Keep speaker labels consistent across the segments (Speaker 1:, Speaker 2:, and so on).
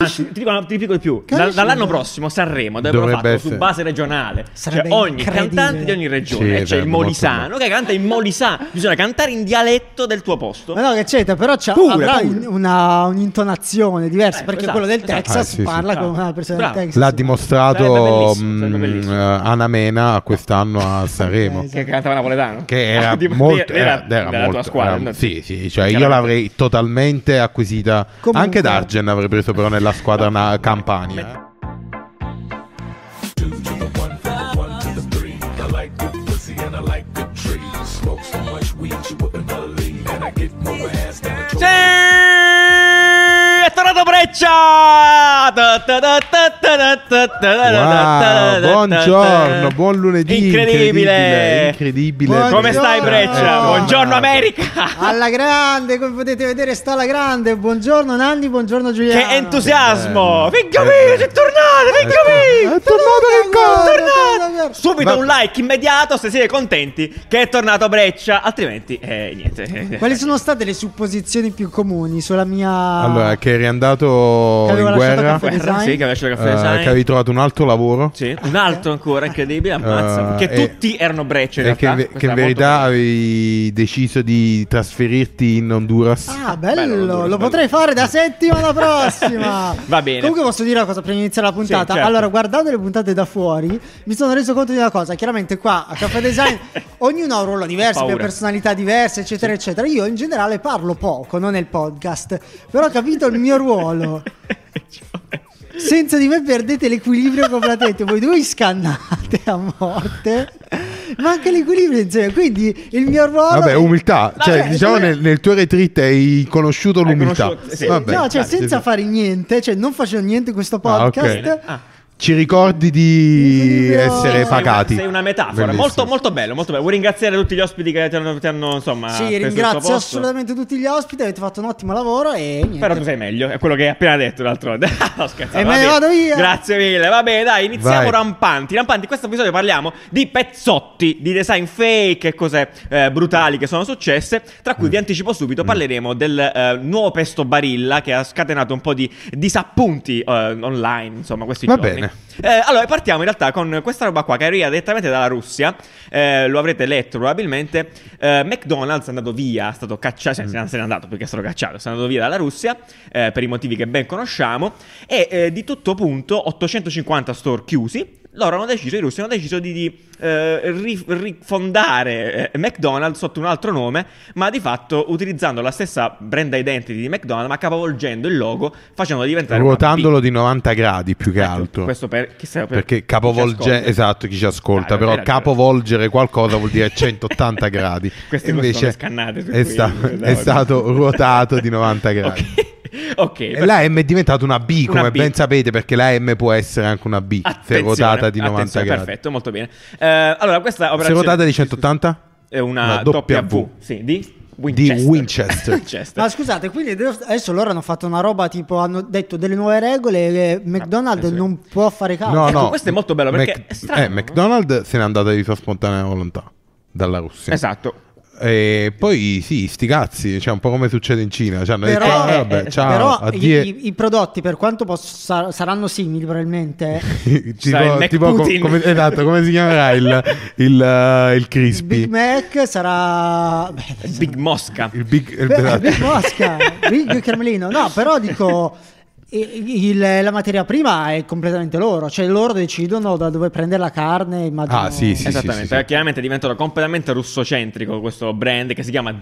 Speaker 1: Anzi, ti dico, ti dico di più. Da-
Speaker 2: Carissimo.
Speaker 1: dall'anno prossimo Sanremo dovrebbero
Speaker 3: Dovrebbe
Speaker 1: farlo
Speaker 3: essere.
Speaker 1: su base regionale. Cioè,
Speaker 4: Sarebbe
Speaker 1: ogni
Speaker 4: incredibile.
Speaker 1: cantante di ogni
Speaker 3: Sì,
Speaker 1: regione. Eh, c'è
Speaker 3: sarebbe
Speaker 1: il
Speaker 3: molto
Speaker 1: Molisano che canta in Molisano. Bisogna cantare in dialetto del tuo posto.
Speaker 3: Eh?
Speaker 4: Ma no, che c'entra, però c'ha,
Speaker 1: Pure,
Speaker 4: avrà
Speaker 1: pure.
Speaker 4: un- una- un'intonazione diversa,
Speaker 1: Eh,
Speaker 4: perché
Speaker 1: esatto,
Speaker 4: quello del
Speaker 1: esatto.
Speaker 4: Texas
Speaker 3: Ah, sì, sì.
Speaker 4: parla
Speaker 1: Bravo.
Speaker 4: come una persona
Speaker 1: Bravo.
Speaker 4: del Texas.
Speaker 3: L'ha
Speaker 1: Sarebbe
Speaker 3: dimostrato
Speaker 1: bellissimo,
Speaker 3: mh,
Speaker 1: sarebbe bellissimo. Eh,
Speaker 3: eh, Anna Mena quest'anno a Sanremo.
Speaker 4: esatto.
Speaker 1: Che cantava napoletano.
Speaker 3: Che era
Speaker 1: Tipo,
Speaker 3: molto
Speaker 1: Ah, era-
Speaker 3: era-
Speaker 1: della
Speaker 3: era molto-
Speaker 1: tua squadra.
Speaker 3: era-
Speaker 1: no?
Speaker 3: sì, sì, cioè io
Speaker 1: Chiaramente.
Speaker 3: l'avrei totalmente acquisita.
Speaker 4: Comunque-
Speaker 3: Anche Dargen avrei preso, però, nella squadra na- Campania. eh.
Speaker 1: Sì! È tornato Breccia! Ta ta ta ta ta ta ta ta ta ta ta ta ta ta.
Speaker 3: Wow, buongiorno, buon lunedì.
Speaker 1: Incredibile!
Speaker 3: incredibile.
Speaker 4: Buongiorno.
Speaker 1: Come stai, Breccia?
Speaker 4: Eh,
Speaker 1: Buongiorno, America!
Speaker 4: Alla grande, come potete vedere, sta alla grande. Buongiorno Nanni, buongiorno Giuliano.
Speaker 1: Che entusiasmo!
Speaker 3: bello.
Speaker 1: Figlio mio, sei tornato! Figlio mio!
Speaker 3: È tornato
Speaker 4: Tornato!
Speaker 1: Tornato! Subito
Speaker 3: Va-
Speaker 1: un like immediato se siete contenti che è tornato Breccia, altrimenti eh, niente.
Speaker 4: Quali sono state le supposizioni più comuni sulla mia...
Speaker 3: Allora, che eri andato
Speaker 4: Che avevo
Speaker 3: in
Speaker 4: lasciato
Speaker 3: guerra,
Speaker 4: caffè.
Speaker 1: Guerra,
Speaker 4: design?
Speaker 1: sì, che aveva scelto il caffè
Speaker 3: eh,
Speaker 1: design.
Speaker 3: che avevi trovato un altro lavoro.
Speaker 1: Sì, un altro ancora incredibile, ammazza.
Speaker 3: Eh,
Speaker 1: che
Speaker 3: e-
Speaker 1: tutti erano Breccia in
Speaker 3: E che,
Speaker 1: realtà.
Speaker 3: in ve-
Speaker 1: Questo
Speaker 3: che in
Speaker 1: era molto
Speaker 3: verità
Speaker 1: bello.
Speaker 3: avevi deciso di trasferirti in Honduras.
Speaker 4: Ah, bello,
Speaker 1: Bello,
Speaker 4: lo
Speaker 1: bello.
Speaker 4: potrei fare da settimana prossima.
Speaker 1: Va bene.
Speaker 4: Comunque posso dire una cosa prima di iniziare la puntata.
Speaker 1: Sì, certo.
Speaker 4: Allora, guardando le puntate da fuori, mi sono reso conto di una cosa. Chiaramente qua a Caffè Design ognuno ha un ruolo diverso,
Speaker 1: Paura.
Speaker 4: per personalità diverse, eccetera, eccetera. Io in generale parlo poco, non nel podcast, però ho capito il mio ruolo. Senza di me perdete l'equilibrio completamente. Voi due scannate a morte. Ma anche l'equilibrio insieme. Quindi il mio ruolo.
Speaker 3: Vabbè, umiltà.
Speaker 4: Vabbè,
Speaker 3: cioè, diciamo
Speaker 4: come-
Speaker 3: nel, nel tuo retreat hai conosciuto
Speaker 1: Hai
Speaker 3: l'umiltà.
Speaker 1: conosciuto- sì.
Speaker 3: Vabbè.
Speaker 4: no, cioè,
Speaker 3: Dai,
Speaker 4: senza
Speaker 3: sì.
Speaker 4: fare niente, cioè, non facendo niente in questo
Speaker 3: Ah, ok.
Speaker 4: podcast.
Speaker 1: Ah.
Speaker 3: Ci ricordi di
Speaker 4: Equilibrio.
Speaker 3: essere
Speaker 4: Sei
Speaker 1: Sei una-
Speaker 3: pagati.
Speaker 1: Sei una metafora.
Speaker 3: Bellissimo.
Speaker 1: Molto, molto bello, molto bello. Vuoi ringraziare tutti gli ospiti che ti hanno, ti hanno, insomma. preso
Speaker 4: Sì,
Speaker 1: il tuo
Speaker 4: ringrazio
Speaker 1: posto?
Speaker 4: assolutamente tutti gli ospiti, avete fatto un ottimo lavoro e niente.
Speaker 1: Però tu sei meglio, è quello che hai appena detto d'altronde. no, scherzo.
Speaker 4: E
Speaker 1: va
Speaker 4: me ne
Speaker 1: bene.
Speaker 4: vado via.
Speaker 1: Grazie mille. Va bene, dai, iniziamo
Speaker 3: Vai.
Speaker 1: rampanti. Rampanti, in questo episodio parliamo di pezzotti, di design fake e cose eh, brutali che sono successe. Tra
Speaker 3: Mm.
Speaker 1: cui vi anticipo subito, parleremo del eh, nuovo pesto Barilla che ha scatenato un po' di disappunti eh, online, insomma, questi
Speaker 3: Va
Speaker 1: giorni.
Speaker 3: bene.
Speaker 1: Eh, allora, partiamo in realtà con questa roba qua che arriva direttamente dalla Russia. Eh, lo avrete letto probabilmente. Eh, McDonald's è andato via, è stato cacciato. Se se n'è andato perché è stato cacciato, è andato via dalla Russia eh, per i motivi che ben conosciamo. E eh, di tutto punto, 850 store chiusi. Loro hanno deciso, i russi hanno deciso di, di, eh, ri- rifondare eh, McDonald's sotto un altro nome, ma di fatto utilizzando la stessa brand identity di McDonald's, ma capovolgendo il logo, facendolo diventare una
Speaker 3: Ruotandolo di 90 gradi più che
Speaker 1: Ecco,
Speaker 3: altro.
Speaker 1: Questo per, chissà, per
Speaker 3: Perché
Speaker 1: chi ci
Speaker 3: capovolge,
Speaker 1: ascolta.
Speaker 3: esatto, chi ci ascolta,
Speaker 1: Dai,
Speaker 3: però
Speaker 1: avete ragione.
Speaker 3: capovolgere qualcosa vuol dire 180 gradi.
Speaker 1: Queste cose sono scannate su
Speaker 3: è,
Speaker 1: cui-
Speaker 3: sta-
Speaker 1: dai,
Speaker 3: è
Speaker 1: vabbè.
Speaker 3: stato ruotato di 90 gradi.
Speaker 1: Ok, ok,
Speaker 3: E
Speaker 1: per-
Speaker 3: la M è diventata una B,
Speaker 1: Una
Speaker 3: come
Speaker 1: B.
Speaker 3: ben sapete, perché la M può essere anche una B, se
Speaker 1: attenzione,
Speaker 3: ruotata di 90
Speaker 1: attenzione,
Speaker 3: gradi.
Speaker 1: Perfetto, molto bene. Eh, allora, questa
Speaker 3: Se
Speaker 1: operazione
Speaker 3: ruotata di 180?
Speaker 1: è una,
Speaker 3: una
Speaker 1: W,
Speaker 3: W.
Speaker 1: sì, di Winchester.
Speaker 3: Winchester. Ah,
Speaker 1: Winchester.
Speaker 4: Ma scusate, quindi adesso adesso loro hanno fatto una roba tipo, hanno detto delle nuove regole e McDonald's
Speaker 1: penso che-
Speaker 4: non può fare caso.
Speaker 3: Eh, No,
Speaker 1: Ecco,
Speaker 3: no.
Speaker 1: questo è molto bello, perché è strano,
Speaker 3: eh,
Speaker 1: no?
Speaker 3: McDonald's se n'è andata di sua spontanea volontà dalla Russia.
Speaker 1: Esatto.
Speaker 3: E poi sì, sti cazzi, cioè un po' come succede in Cina. Cioè, hanno
Speaker 4: Però,
Speaker 3: detto, ah,
Speaker 1: eh,
Speaker 3: vabbè,
Speaker 1: eh,
Speaker 3: ciao,
Speaker 4: Però
Speaker 3: addio.
Speaker 4: i, i- i prodotti, per quanto poss- sar- saranno simili probabilmente, eh,
Speaker 1: Sai, il Mac
Speaker 3: co-
Speaker 1: Putin.
Speaker 3: come, esatto, come si chiamerà il, il, eh, il
Speaker 4: il
Speaker 3: crispy?
Speaker 4: Big Mac sarà... Beh,
Speaker 3: Eh,
Speaker 1: Big Mosca.
Speaker 3: il big, il-
Speaker 4: Beh,
Speaker 3: esatto.
Speaker 4: Big Mosca, Big Carmelino. No, però dico. i- il- la materia prima è completamente loro, cioè loro decidono da dove prendere la carne. Immagino.
Speaker 3: Ah, sì, sì.
Speaker 1: Esattamente,
Speaker 3: sì, sì.
Speaker 1: chiaramente diventano completamente russocentrico questo brand che si chiama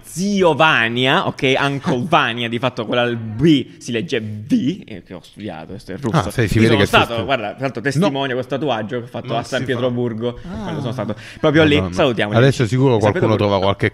Speaker 1: Ziovania, ok? Uncle Vania, di fatto quella al B si legge V, eh, che ho studiato, questo è russo.
Speaker 3: Ah, sì, si
Speaker 1: Io
Speaker 3: vede
Speaker 1: sono
Speaker 3: che
Speaker 1: stato,
Speaker 3: sei stato.
Speaker 1: guarda, tra l'altro testimonio questo tatuaggio che ho fatto
Speaker 3: Non
Speaker 1: a San
Speaker 3: si fa.
Speaker 1: Pietroburgo,
Speaker 4: Ah.
Speaker 1: quando sono stato proprio lì,
Speaker 3: Madonna.
Speaker 1: salutiamo. gli
Speaker 3: Adesso
Speaker 1: amici.
Speaker 3: sicuro
Speaker 1: San
Speaker 3: qualcuno
Speaker 1: Pietroburgo.
Speaker 3: trova qualche
Speaker 1: No,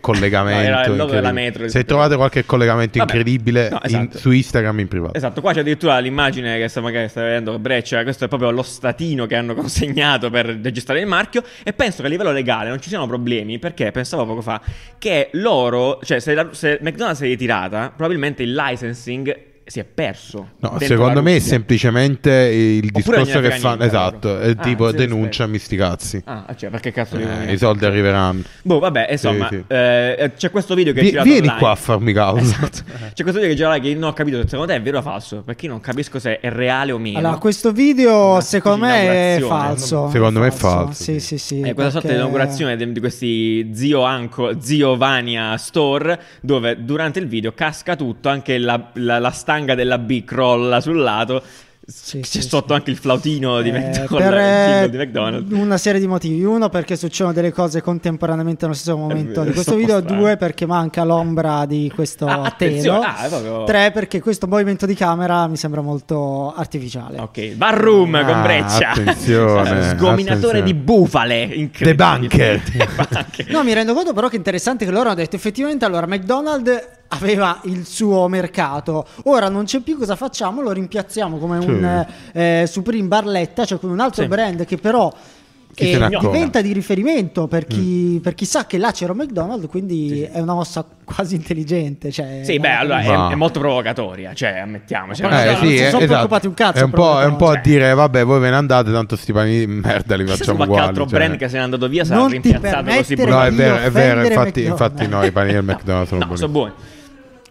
Speaker 3: collegamento.
Speaker 1: era il logo della
Speaker 3: incredibile.
Speaker 1: metro,
Speaker 3: Se
Speaker 1: esatto.
Speaker 3: trovate qualche collegamento
Speaker 1: Vabbè.
Speaker 3: incredibile
Speaker 1: No,
Speaker 3: in-
Speaker 1: esatto.
Speaker 3: su Instagram in privato.
Speaker 1: Esatto, qua c'è addirittura l'immagine che sta, magari sta vedendo Breccia, questo è proprio lo statino che hanno consegnato per registrare il marchio e penso che a livello legale non ci siano problemi perché pensavo poco fa che loro, cioè se, la- se McDonald's si è ritirata, probabilmente il licensing si è perso.
Speaker 3: No,
Speaker 1: dentro
Speaker 3: secondo
Speaker 1: la
Speaker 3: me è
Speaker 1: Russia.
Speaker 3: semplicemente il
Speaker 1: Oppure non
Speaker 3: discorso
Speaker 1: gliene
Speaker 3: che
Speaker 1: frega
Speaker 3: fanno.
Speaker 1: niente,
Speaker 3: Esatto,
Speaker 1: loro.
Speaker 3: è
Speaker 1: Ah,
Speaker 3: tipo
Speaker 1: sì,
Speaker 3: denuncia,
Speaker 1: aspetta.
Speaker 3: mi sti cazzi.
Speaker 1: Ah, cioè, perché cazzo
Speaker 3: Eh,
Speaker 1: di
Speaker 3: I soldi arriveranno.
Speaker 1: Boh, vabbè, insomma,
Speaker 3: sì.
Speaker 1: eh, c'è questo video che è
Speaker 3: Vi-
Speaker 1: girato
Speaker 3: vieni
Speaker 1: online.
Speaker 3: qua a farmi causa.
Speaker 1: Esatto. C'è questo video che girava che non ho capito secondo te è vero o falso, perché io non capisco se è reale o meno.
Speaker 4: Allora, questo video
Speaker 1: Una
Speaker 4: secondo
Speaker 1: specie di
Speaker 4: me è
Speaker 1: inaugurazione.
Speaker 4: falso.
Speaker 3: Secondo me è falso,
Speaker 4: Sì, sì,
Speaker 3: sì.
Speaker 4: sì.
Speaker 1: È Eh, quella sorta di
Speaker 4: perché-
Speaker 1: inaugurazione di di questi zio Anco, zio Vania store, dove durante il video casca tutto, anche la, la- la stanga della B crolla sul lato.
Speaker 4: Sì,
Speaker 1: c'è
Speaker 4: sì,
Speaker 1: sotto
Speaker 4: sì.
Speaker 1: anche il flautino di
Speaker 4: Eh,
Speaker 1: McDonald's,
Speaker 4: per,
Speaker 1: il jingle di
Speaker 4: eh,
Speaker 1: McDonald's.
Speaker 4: Una serie di motivi. Uno, perché succedono delle cose contemporaneamente allo stesso momento
Speaker 1: vero,
Speaker 4: di questo
Speaker 1: sono
Speaker 4: video.
Speaker 1: strano.
Speaker 4: Due, perché manca l'ombra di questo
Speaker 1: Ah,
Speaker 4: telo.
Speaker 1: attenzione, ah, è proprio-
Speaker 4: Tre, perché questo movimento di camera mi sembra molto artificiale.
Speaker 1: Ok, barroom
Speaker 3: Ah,
Speaker 1: con breccia.
Speaker 3: attenzione,
Speaker 1: Sgominatore
Speaker 3: attenzione.
Speaker 1: di bufale. incredibile.
Speaker 3: The Bunker.
Speaker 1: The Bunker.
Speaker 4: No, mi rendo conto però che è interessante che loro hanno detto effettivamente allora McDonald's aveva il suo mercato, ora non c'è più cosa facciamo, lo rimpiazziamo come
Speaker 3: Sì.
Speaker 4: un eh, Supreme Barletta, cioè con un altro
Speaker 1: Sì.
Speaker 4: brand che però
Speaker 3: Chi
Speaker 4: eh,
Speaker 3: se ne Mm. accorge?
Speaker 4: diventa di riferimento per chi, per chi sa che là c'era un McDonald's, quindi è una mossa quasi intelligente. Cioè,
Speaker 1: Sì, beh, allora eh.
Speaker 3: Ma-
Speaker 1: è, è molto provocatoria, cioè, ammettiamoci. Cioè,
Speaker 4: Ma guarda,
Speaker 3: Eh,
Speaker 1: non
Speaker 4: non
Speaker 3: sì,
Speaker 4: si
Speaker 3: eh,
Speaker 4: sono
Speaker 3: esatto.
Speaker 4: preoccupati un cazzo,
Speaker 3: È un po', è un po' a
Speaker 1: cioè.
Speaker 3: dire, eh, vabbè, voi ve ne andate, tanto sti panini di merda li
Speaker 1: Chissà su
Speaker 3: facciamo
Speaker 1: qualche
Speaker 3: uguali.
Speaker 1: altro
Speaker 3: cioè.
Speaker 1: brand che se n'è andato via sarà
Speaker 4: Non ti
Speaker 1: rimpiazzato così
Speaker 4: permettere
Speaker 3: No,
Speaker 1: brutale.
Speaker 3: è
Speaker 4: di
Speaker 3: vero, è vero,
Speaker 4: offendere
Speaker 3: infatti,
Speaker 4: McDonald's.
Speaker 3: infatti no, i panini del McDonald's sono
Speaker 1: No,
Speaker 3: buoni.
Speaker 1: sono buoni.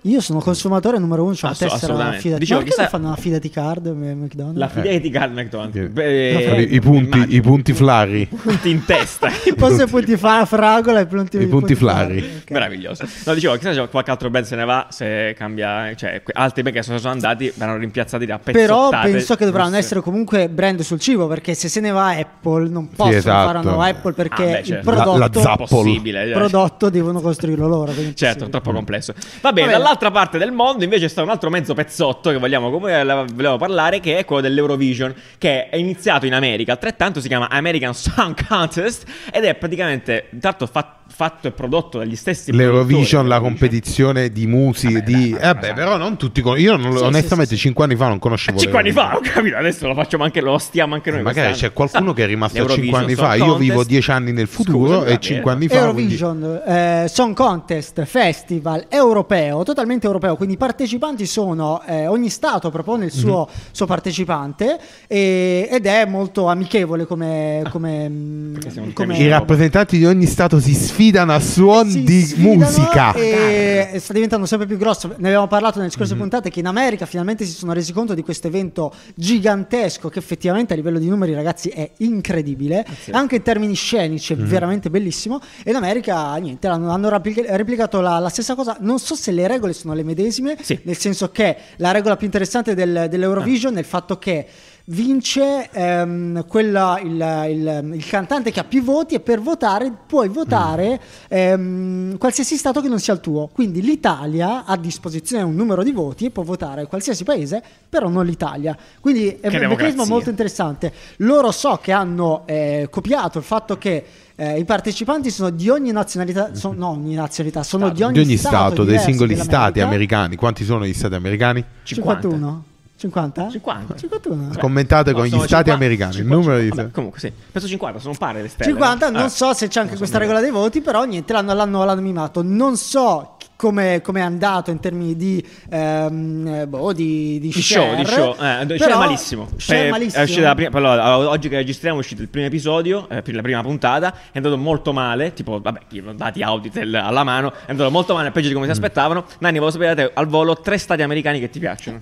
Speaker 4: Io sono consumatore numero uno, c'ho la
Speaker 1: Asso-
Speaker 4: tessera
Speaker 1: assolutamente.
Speaker 4: fida.
Speaker 1: Dicevo,
Speaker 4: ma perché
Speaker 1: chissà-
Speaker 4: non fanno una fida di card eh, McDonald's?
Speaker 1: La fidetica al
Speaker 3: Sì.
Speaker 1: McDonald's.
Speaker 3: I-
Speaker 1: Beh, eh,
Speaker 3: I, punti,
Speaker 1: immagino.
Speaker 3: I punti flari.
Speaker 1: punti in testa.
Speaker 4: Forse punti fa fragola e punti,
Speaker 3: I punti flari.
Speaker 4: ok.
Speaker 1: Meraviglioso. No, dicevo, chissà se qualche altro brand se ne va, se cambia, cioè que- altri brand che sono sono andati verranno rimpiazzati da
Speaker 4: Però
Speaker 1: pezzottate. Ah,
Speaker 4: penso che dovranno
Speaker 1: russe.
Speaker 4: essere comunque brand sul cibo perché se se ne va Apple non possono
Speaker 3: esatto.
Speaker 4: fare una nuova Apple
Speaker 1: Ah,
Speaker 4: perché
Speaker 1: beh,
Speaker 4: il
Speaker 1: certo.
Speaker 4: prodotto,
Speaker 3: La- la zappa. Apple.
Speaker 1: Possibile,
Speaker 4: il
Speaker 1: cioè.
Speaker 4: prodotto devono costruirlo loro. quindi
Speaker 1: Certo,
Speaker 4: impossibile.
Speaker 3: Mm.
Speaker 1: troppo complesso. Va bene,
Speaker 4: Va bene.
Speaker 1: dall'altra parte del mondo invece sta un altro mezzo pezzotto che vogliamo, come la- volevo parlare, che è quello dell'Eurovision, che è iniziato in America, altrettanto si chiama American Song Contest ed è praticamente tanto fa- fatto e prodotto dagli stessi...
Speaker 3: L'Eurovision, la
Speaker 1: competizione
Speaker 3: competizione di
Speaker 1: eh,
Speaker 3: musica,
Speaker 1: Vabbè,
Speaker 3: di...
Speaker 1: dai, ma-
Speaker 3: vabbè, però non tutti... con- Io non-
Speaker 4: Sì, sì,
Speaker 3: onestamente
Speaker 4: sì, sì.
Speaker 3: 5 anni fa non conoscevo...
Speaker 1: 5 Eh, Ah, anni fa, ho
Speaker 3: l'Eurovision.
Speaker 1: capito, adesso lo facciamo anche, lo stiamo anche noi.
Speaker 3: Magari
Speaker 1: quest'anno. Ah,
Speaker 3: c'è qualcuno che è rimasto
Speaker 1: L'Eurovision
Speaker 3: 5 anni
Speaker 1: Song
Speaker 3: fa. Io vivo
Speaker 1: Contest.
Speaker 3: 10 anni
Speaker 1: Scusa,
Speaker 3: nel
Speaker 1: eh,
Speaker 3: futuro
Speaker 1: va bene.
Speaker 3: e 5 anni fa... quindi-
Speaker 4: Eurovision eh, Song Contest Festival europeo, totalmente europeo, quindi i partecipanti sono eh, ogni stato propone il suo,
Speaker 3: Mhm.
Speaker 4: suo partecipante e- ed è molto amichevole come, come, mh,
Speaker 1: perché siamo tutti
Speaker 4: come-
Speaker 1: amici.
Speaker 3: I rappresentanti di ogni stato si sfidano a suon
Speaker 4: eh, si
Speaker 3: di
Speaker 4: sfidano
Speaker 3: musica.
Speaker 4: E e sta diventando sempre più grosso. Ne abbiamo parlato nelle scorse
Speaker 3: Mm-hmm.
Speaker 4: puntate che in America finalmente si sono resi conto di questo evento gigantesco che effettivamente a livello di numeri, ragazzi, è incredibile.
Speaker 3: Ah,
Speaker 4: Anche in termini scenici è veramente bellissimo. E in America, niente, hanno, hanno rapli- replicato la, la stessa cosa. Non so se le regole sono le medesime,
Speaker 1: Sì.
Speaker 4: nel senso che la regola più interessante del- dell'Eurovision è il fatto che vince ehm, quella- il, il- il cantante che ha più voti e per votare puoi votare ehm, qualsiasi stato che non sia il tuo. Quindi l'Italia ha a disposizione un numero di voti e può votare qualsiasi paese, però non l'Italia. Quindi è
Speaker 1: Che
Speaker 4: un meccanismo
Speaker 1: democrazia.
Speaker 4: molto interessante. Loro so che hanno eh, copiato il fatto che eh, i partecipanti sono di ogni nazionalità, sono, no, ogni nazionalità, sono
Speaker 1: Stato.
Speaker 4: di ogni,
Speaker 3: di ogni stato, dei
Speaker 4: diverso
Speaker 3: singoli
Speaker 4: dell'America.
Speaker 3: stati americani. Quanti sono gli stati americani?
Speaker 4: 51? 50?
Speaker 1: 50.
Speaker 4: 51.
Speaker 1: Cioè,
Speaker 3: Commentate con
Speaker 1: no,
Speaker 3: gli
Speaker 1: sono
Speaker 3: stati
Speaker 1: 50,
Speaker 3: americani. Il
Speaker 1: 50,
Speaker 3: numero di
Speaker 1: vabbè, comunque sì, penso 50, sono pare le stelle.
Speaker 4: 50,
Speaker 1: no?
Speaker 4: non
Speaker 1: Ah.
Speaker 4: so se c'è anche questa regola dei voti, però niente, l'hanno, l'hanno, l'hanno mimato. Non so chi- come, come è andato in termini di, ehm, eh, boh, di, di
Speaker 1: Di show,
Speaker 4: share,
Speaker 1: di show, eh, do- share
Speaker 4: però-
Speaker 1: malissimo.
Speaker 4: share
Speaker 1: Eh,
Speaker 4: malissimo.
Speaker 1: è uscita la prima- allora, oggi che registriamo è uscito il primo episodio, eh, per la prima puntata, è andato molto male, tipo, vabbè, chi- dati Auditel alla mano, è andato molto male, peggio di come si
Speaker 3: Mm.
Speaker 1: aspettavano. Nanni, volevo sapere da te, al volo, tre stati americani che ti piacciono.